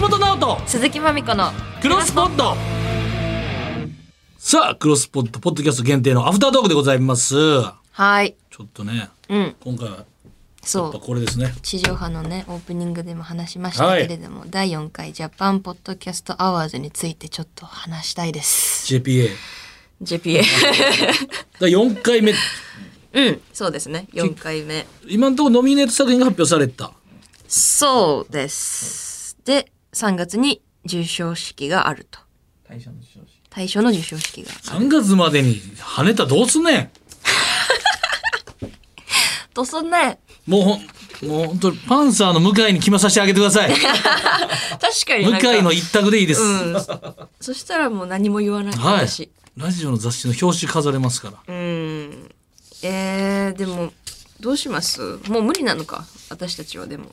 橋本直人鈴木まみこのクロスポットさあクロスポットポッドキャスト限定のアフタートークでございますちょはいっとねうん今回はやっそぱうこれですね地上波のねオープニングでも話しましたけれども、第4回ジャパンポッドキャストアワーズについてちょっと話したいです JPA JPA 第4回目 うんそうですね4回目今のところノミネート作品が発表されたそうですで3月に授賞式があると大賞の授賞式がある3月までに跳ねたらどうすんねんとそんねもうほんもう本当にパンサーの向井に決まさせてあげてくだ さい確かになんか向井の一択でいいです、うんそしたらもう何も言わないはい私、ラジオの雑誌の表紙飾れますからうんえー、でもどうしますもう無理なのか私たちはでも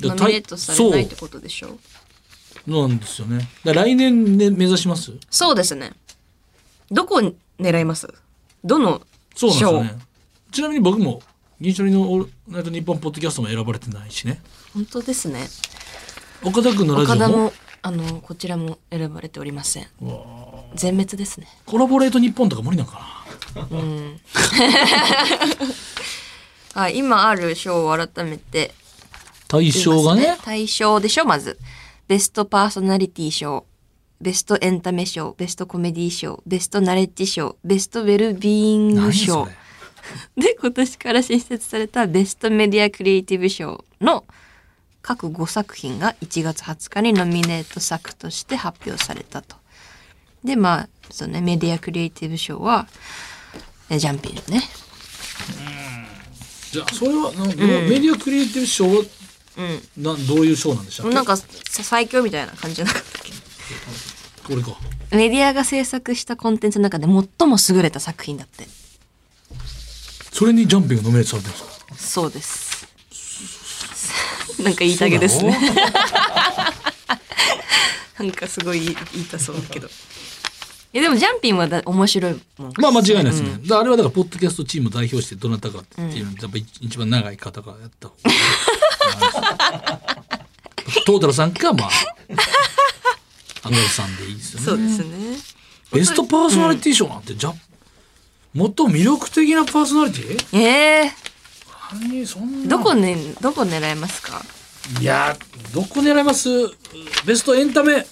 でノミネートされないってことでしょうそうなんですよねだから来年で目指しますそうですねどこを狙いますどのそうなんですよ賞、ねちなみに僕も銀シャリのオールナイトニッポンポッドキャストも選ばれてないしね本当ですね岡田君のラジ岡オ田ももあのこちらも選ばれておりません全滅ですねコラボレート日本とか無理なのかあ今ある賞を改めてな対象がね対象でしょまずベストパーソナリティ賞ベストエンタメ賞ベストコメディ賞ベストナレッジ賞ベストウェルビーイング何そ賞れで今年から新設されたベストメディアクリエイティブ賞の各5作品が1月20日にノミネート作として発表されたと。でまあそのねメディアクリエイティブ賞はえジャンピーのね。じゃあそれはなんかメディアクリエイティブ賞はうなどういう賞なんでしたっん。けなんかさ最強みたいな感じじゃなかったっけこれかメディアが制作したコンテンツの中で最も優れた作品だって。それにジャンピングノミネートされてるんですかそうです。なんか言いたげですね。なんかすごい言い言いたそうだけど。いやでもジャンピンはだ面白いもん。まあ間違いないですね。だからあれはだからポッドキャストチームを代表してどなたかっていうのやっぱ一一番長い方がやった方がいい。 トータルさんかまあアンドルさんでいいですそようね。ですね。ベストパーソナリティ賞なんてじゃもっと魅力的なパーソナリティ？ええ何そんなどこねどこ狙いますか。いやどこ狙います？ベストエンタメ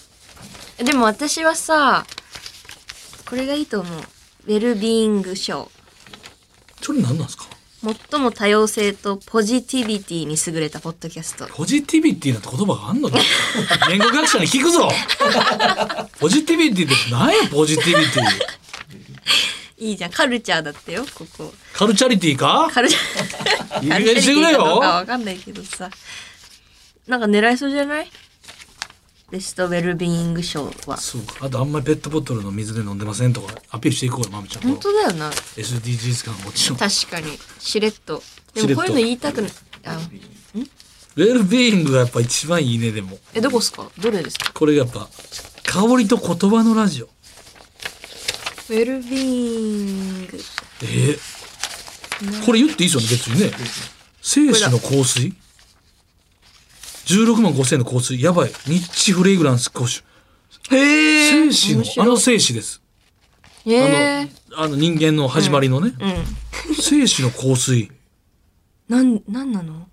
でも私はさ、これがいいと思う。ウェルビーイング賞。それ何なんですか？最も多様性とポジティビティに優れたポッドキャスト。ポジティビティなんて言葉があん の言語学者に聞くぞポジティビティって何やポジティビティいいじゃん。カルチャーだってよ、ここ。カルチャリティかカルチャー。いい加減にしてくれよわかんないけどさ。なんか狙いそうじゃないベストウェルビーイング賞は。そうかあとあんまりペットボトルの水で飲んでませんとかアピールしていこうよまみちゃん本と当だよな。 SDGs 感もちろんウ確かに。しれっと。でしれもっとこういうの言いたくない。あェルビーイングがやっぱ一番いいねでもえ、どこっすかどれですかこれがやっぱ香りと言葉のラジオウェルビーイング。えーこれ言っていいですよね別にね精子の香水16万5000円の香水やばいニッチフレグランス講習へ精子のあの精子ですへあえ。のあの人間の始まりのね、うん。精子の香水なん、なんなの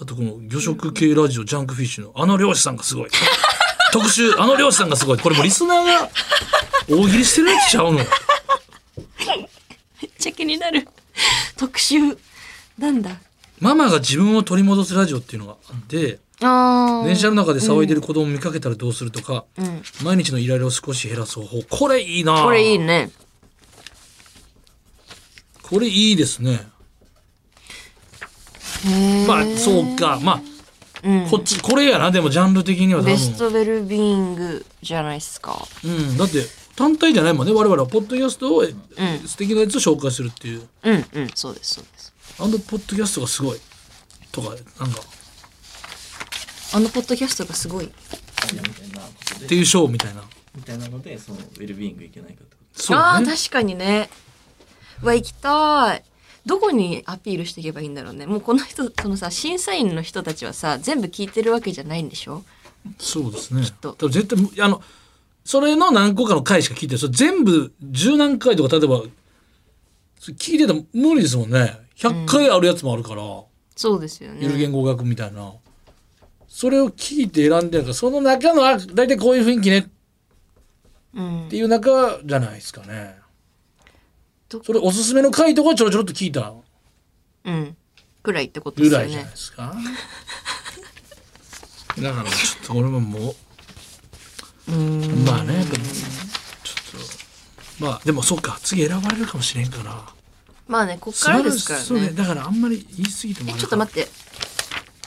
あとこの魚食系ラジオジャンクフィッシュのあの漁師さんがすごい 特集あの漁師さんがすごいこれもうリスナーが大喜利してるやつちゃうのめっちゃ気になる。特集。なんだママが自分を取り戻すラジオっていうのがあってああ。電車の中で騒いでる子供を見かけたらどうするとか、ん毎日のイライラを少し減らす方法これいいなこれいいね。これいいですねへえ。まあそうかまあうん。こっちこれやなでもジャンル的には多分ベストウェルビーイングじゃないですか。うん、だって単体じゃないもんね我々はポッドキャストを、え素敵なやつを紹介するっていううんうん、そうです、そうです。あのポッドキャストがすごいとかなんかあのポッドキャストがすごい。みたいなことでっていうショーみたいなみたいなのでそのウェルビーイングいけないかってことそうああ、ね確かにね。うわ、行きたい。どこにアピールしていけばいいんだろうねもうこの人そのさ審査員の人たちはさ全部聞いてるわけじゃないんでしょそうですね。と多分絶対、あの、それの何個かの回しか聞いてないそれ全部十何回とか、例えば、それ聞いてても無理ですもんね。100回あるやつもあるから、そうですよねゆる言語学みたいな。それを聞いて選んでるから、その中の、あ、大体こういう雰囲気ねっうんていう中じゃないですかね。どそれおすすめの回とかちょろちょろっと聞いたうんくらいってことでぐすよらいじゃなねいですか。だからちょっと俺ももう、うんまあね、でもちょっと、まあでもそっか、次選ばれるかもしれんから。まあねこっからですかそうらね、ねだからあんまり言い過ぎてもえあれかちょっと待って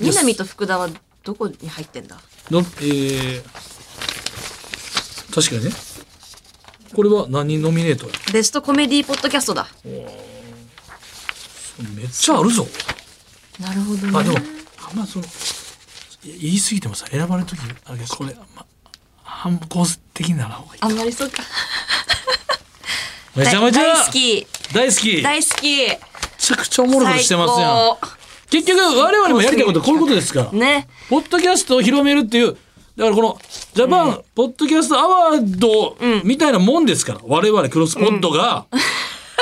よし南と福田はどこに入ってんだの、えー確かにね。これは何人ノミネートやベストコメディーポッドキャストだめっちゃあるぞ。なるほどねあ、でも、あんまその、いや言い過ぎてもさ、選ばれるとき、あれこれ、あんま、反抗的にならんほうがいい。あんまりそうかめちゃめちゃ大好き大好きめ大好きちゃくちゃおもろいことしてますやん。最結局、我々もやりたいことはこういうことですから。高ねポッドキャストを広めるっていう、だからこの、ジャパン、ポッドキャストアワードみたいなもんですから、我々クロスポッドが、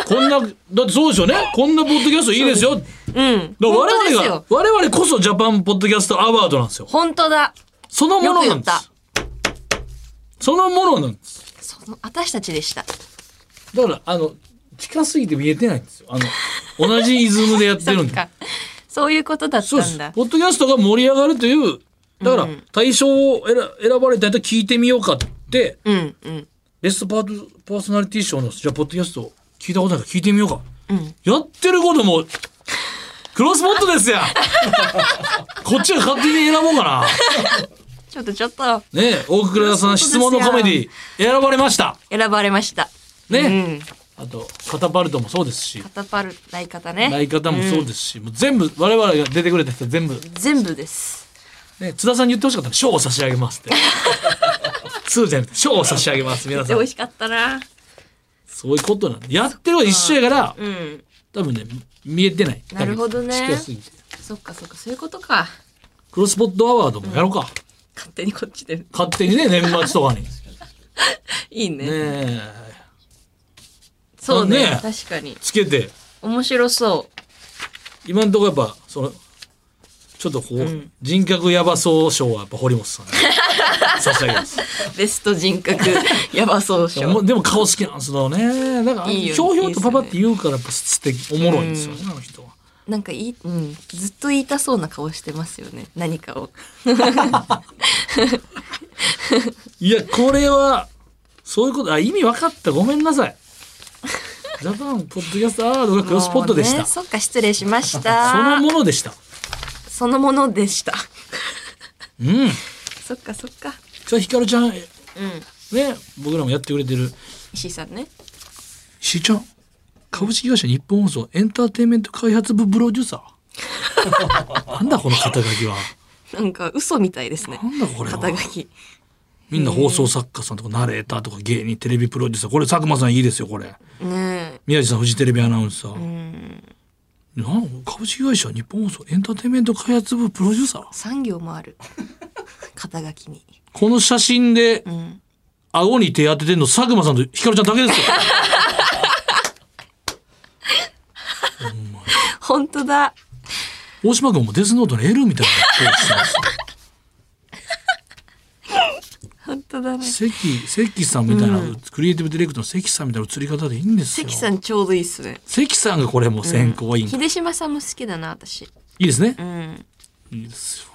こんな、だってそうですよね、こんなポッドキャストいいですよ。だかうんら本我当で々がすよ、我々こそジャパンポッドキャストアワードなんですよ。本当だそのものなんでよくす。そのものなんです。その私たちでしただから、あの、近すぎて見えてないんですよ。あの、同じイズムでやってるんそでっ。かそういうことだっそうでたすんだ。ポッドキャストが盛り上がるという、だから、対象を選選ばれた人聞いてみようかって、うんうんベストパートパーソナリティ賞の、じゃあ、ポッドキャスト聞いたことないから聞いてみようか。うんやってることも、クロスポットです やんこっちが勝手に選ぼうかな。ちょっとちょっとねえ大倉さん質問のコメディ、選ばれました。選ばれましたね、うんあと、カタパルトもそうですしカ、タパルない方ねない方もそうですし、もう全部、我々が出てくれた人全部、全部ですね、津田さんに言ってほしかったら賞を差し上げます って。通じゃなくて賞を差し上げます皆でさ美ん味しかったなそういうことなんでやってるは一緒やからうん多分ね見えてないなるほどね近すぎてそっかそっかそういうことかクロスポットアワードもやろうか、勝手にこっちで勝手にね年末と かにねいいねえそうねね確かにつけて面白そ今のところやっぱそのちょっとこう、人格やばそう賞はやっぱ堀本さんに 差し上げますうベスト 人格ヤバ総でも称でも顔好きなんですよねだからいいひよょうひょうとパパって言うからやっぱ素敵おもろいんですよね、あの人は。なんかいい、うん、ずっと言いたそうな顔してますよね何かをいや、これは、そういうこと、あ、意味分かった。ごめんなさい。ジャパンポッドキャストアワードがクロスポットでしもうた。ねそっか失礼しましそのたものでした。そのものでした うん。そっかそっかじゃあ、ひかるちゃん、ね、うん僕らもやってくれてる、石井さんねしーちゃん、株式会社日本放送エンターテインメント開発部プロデューサー。 なんだこの肩書きは。なんか嘘みたいですねなんだこれは肩書きみんな放送作家さんとかナレーターとか芸人、テレビプロデューサー。これ佐久間さんいいですよ、これ。ね宮地さん、フジテレビアナウンサー。えうんなん株式会社日本放送エンターテインメント開発部プロデューサー産業もある 肩書きにこの写真でん、顎に手当ててんの、佐久間さんとひかるちゃんだけです よ。本当だ大島君もデスノートの L みたいなポーズしてます。本当だね関、関さんみたいな、クリエイティブディレクターの関さんみたいな写り方でいいんですよ。関さんちょうどいいっすね関さんがこれもう選考委員、い秀島さんも好きだな私いですねう。んいいですよ。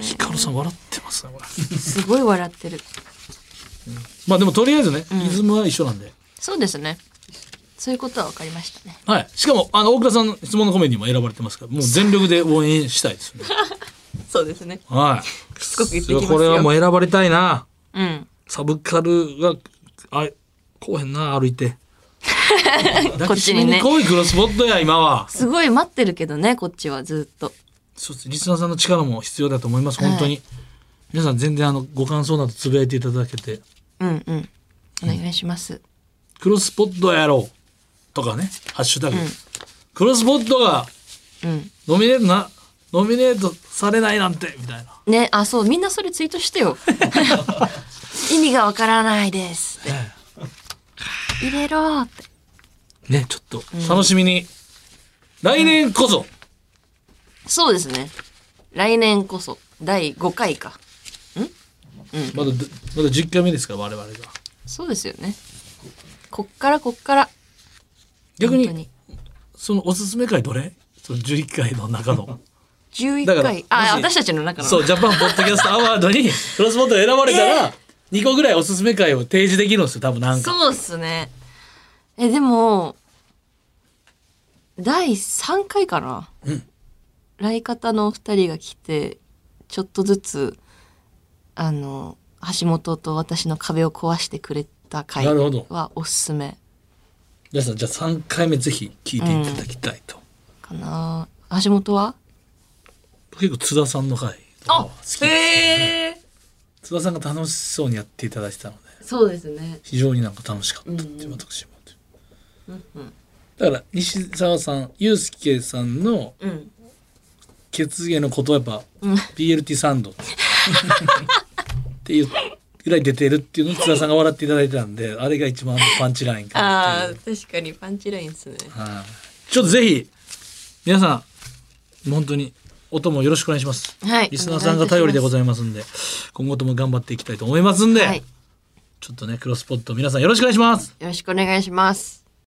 ひかるさん笑ってますね、これ。すごい笑ってるまあでもとりあえずね、イズムは一緒なんで。そうですねそういうことは分かりましたねはい。しかも、あの、大倉さんの質問のコメディも選ばれてますから、もう全力で応援したいです ね。そうですねはい。しつこく言ってきますよこれはもう選ばれたいな。うんサブカルが、あ、こうへんな、歩い て。抱きしめに来い、クロスポットや、今は。すごい待ってるけどねこっちはずっとそうです。リスナーさんの力も必要だと思います、本当に。皆さん全然あのご感想などつぶやいていただけて、うんうんお願いしますクロスポットやろう。とかね、ハッシュタグ。クロスポットがうん。ノミネートな、ノミネートされないなんて、みたいな。 ね、あ、そう、みんなそれツイートしてよ。意味がわからないですって。入れろって。ね、ちょっと楽しみに。来年こそ、そうですね。来年こそ、第5回か。まだ、まだ10回目ですから、我々が。そうですよね。こっからこっから。逆本当に、そのおすすめ回どれその11回の中の。だ11から回。あ、もし私たちの中の。そう、ジャパンポッドキャストアワードにクロスポットが選ばれたら、2個ぐらいおすすめ回を提示できるんですよ、多分なんか。そうっすね。え、でも、第3回かな。来方のお二人が来て、ちょっとずつ、あの、橋本と私の壁を壊してくれた回なるほどはおすすめ皆さん、じゃあ3回目ぜひ聞いていただきたいと。かな。橋本は結構津田さんの回とかは好きですへえ。津田さんが楽しそうにやっていただいてたのでそうですね。非常になんか楽しかったっていう私も、だから西澤さんユースケさんのうん。血芸のことはやっぱ PLT サンドっていうぐらい出てるっていうのを津田さんが笑っていただいてたんであれが一番パンチラインかなっあていあう、確かにパンチラインですね。はいちょっとぜひ皆さん本当にお供よろしくお願いしますはい。リスナーさんが頼りでごいざいますんで今後とも頑張っていきたいと思いますんで、はい。ちょっとね、クロスポット皆さんよろしくお願いします。よろしくお願いします。